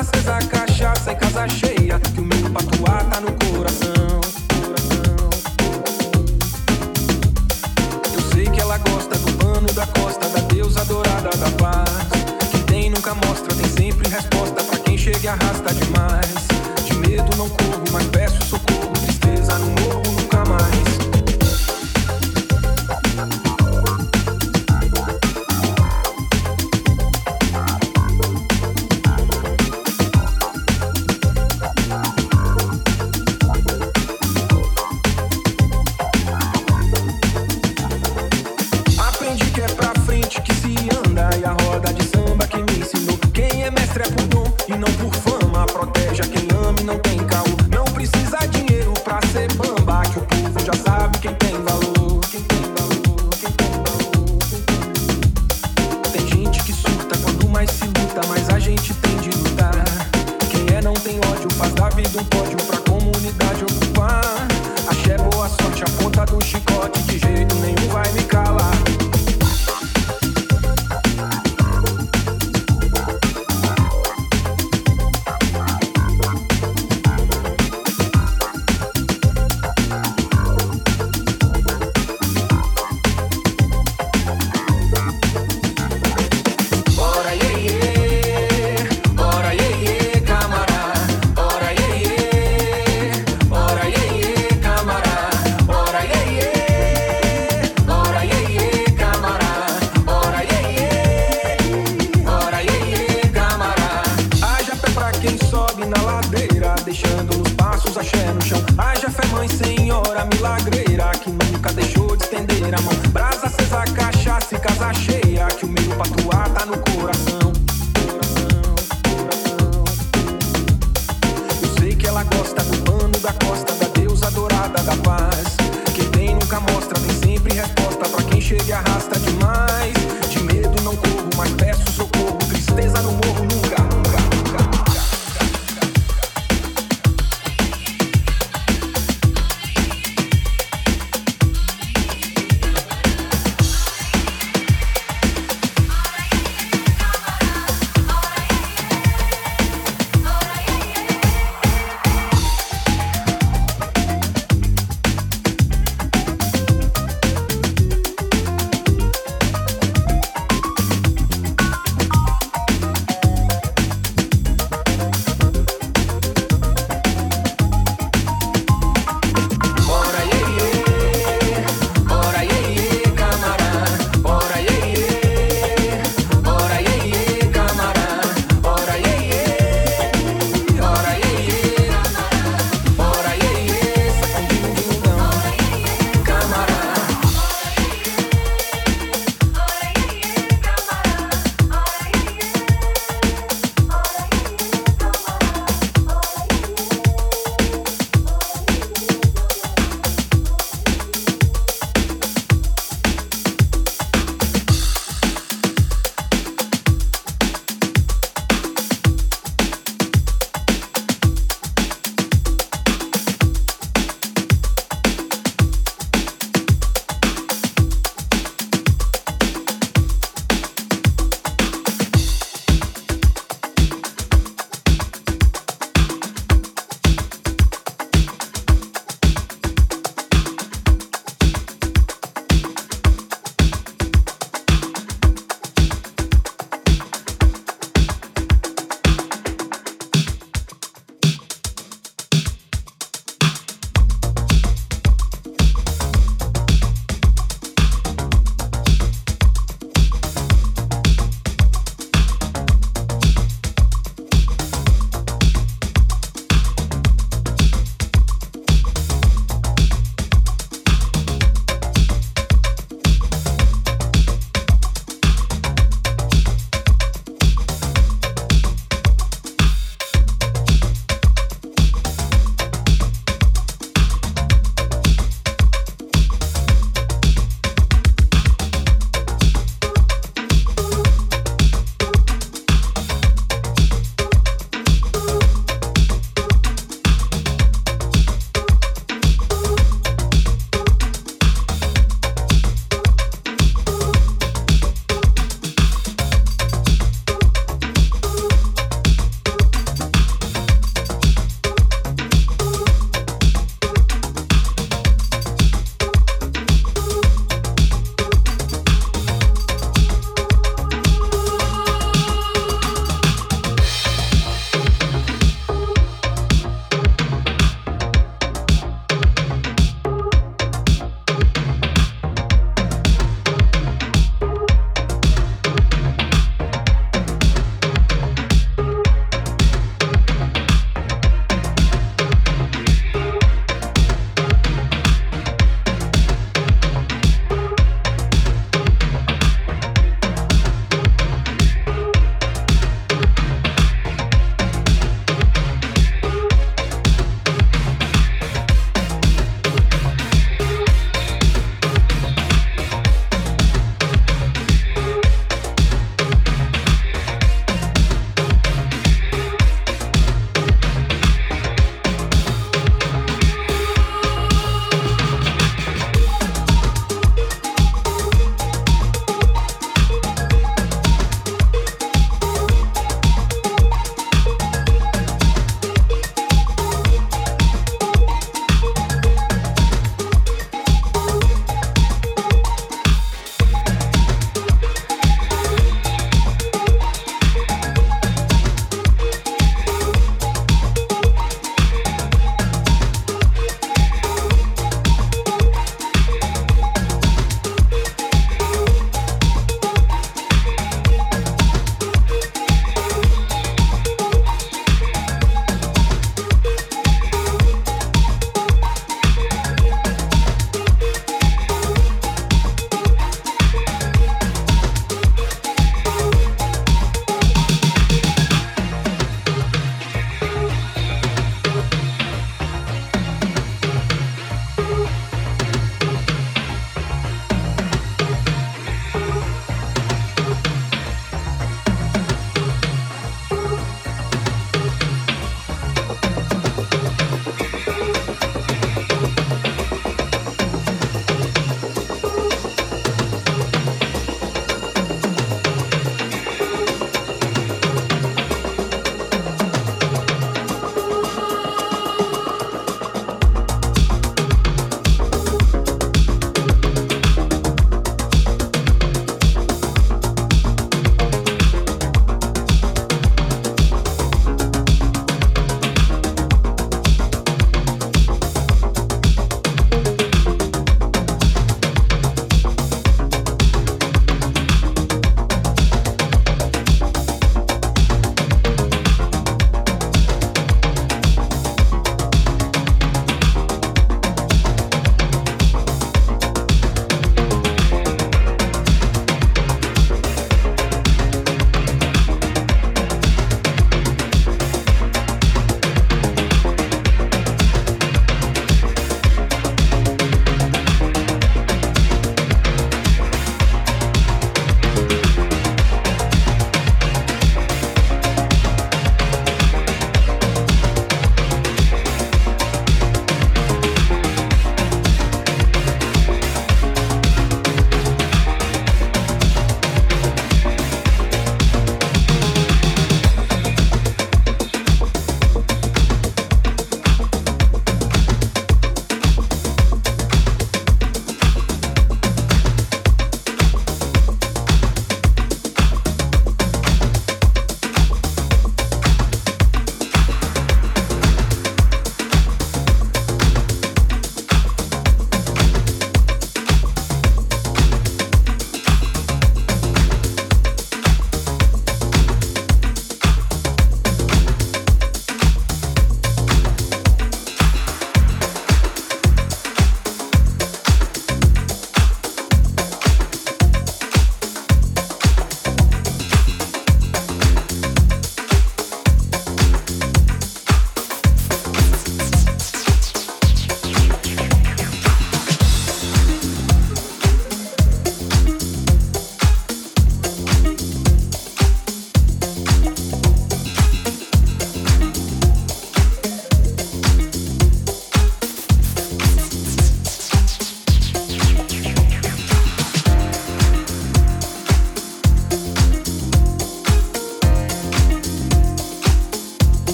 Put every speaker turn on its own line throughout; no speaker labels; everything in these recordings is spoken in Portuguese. acesa, cachaça e casa cheia. Que o meu patuá tá no coração. coração. Eu sei que ela gosta do pano da costa, da deusa adorada da paz. Quem tem nunca mostra, tem sempre resposta. Pra quem chega e arrasta demais. De medo não corro, mas peço socorro. Tristeza no morro nunca mais. Aprendi que é pra frente que se anda E a roda de samba que me ensinou Quem é mestre é por dom e não por fama Protege a quem ama e não tem caô Não precisa dinheiro pra ser bamba Que o povo já sabe quem tem valor Quem tem valor, quem tem valor Tem gente que surta quando mais se luta Mas a gente tem de lutar Quem é não tem ódio faz da vida um pódio Pra comunidade ocupar Axé, boa sorte, a ponta do chicote De jeito nenhum vai me calar Ora iê iê, ora iê iê, camará. Ora iê iê, ora iê iê, camará. Ora iê iê, ora iê iê, camará. Ora iê iê, ora iê iê, camará. Haja pé pra quem sobe na ladeira, deixando os passos axé no chão. Haja fé, mãe senhora milagreira, que nunca deixou de estender a mão. Brasa acesa, cachaça e casa cheia, que o meu patuá tá no coração. Eu sei que ela gosta do pano da costa, da deusa dourada da paz. Quem tem nunca mostra, tem sempre resposta. Pra quem chega e arrasta demais. De medo não corro, mas peço socorro. Tristeza no morro nunca, nunca, nunca, nunca.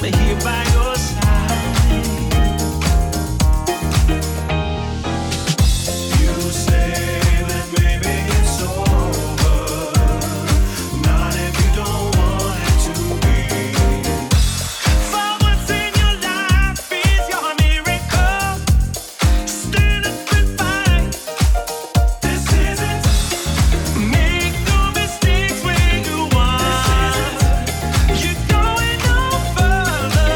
me here by your side. You say that maybe it's over, not if you don't want it to be. For once in your life is your miracle. Stand up and fight. This is it. Make no mistakes when you want. You're going no further.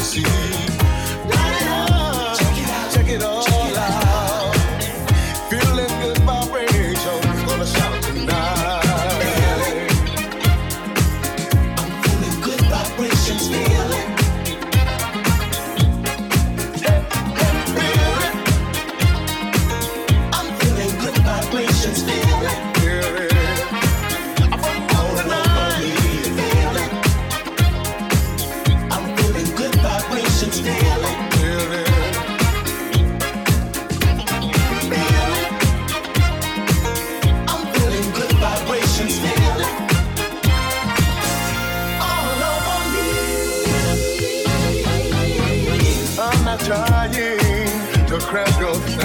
see. Light it up. Check it all out. Feeling good vibrations. Gonna shout tonight.
Feeling good vibrations, feeling. I'm feeling good vibrations, feeling. Feeling. I'm feeling good vibrations, feeling. Feeling. I'm feeling good vibrations, feeling. All over me.
I'm not trying to crash your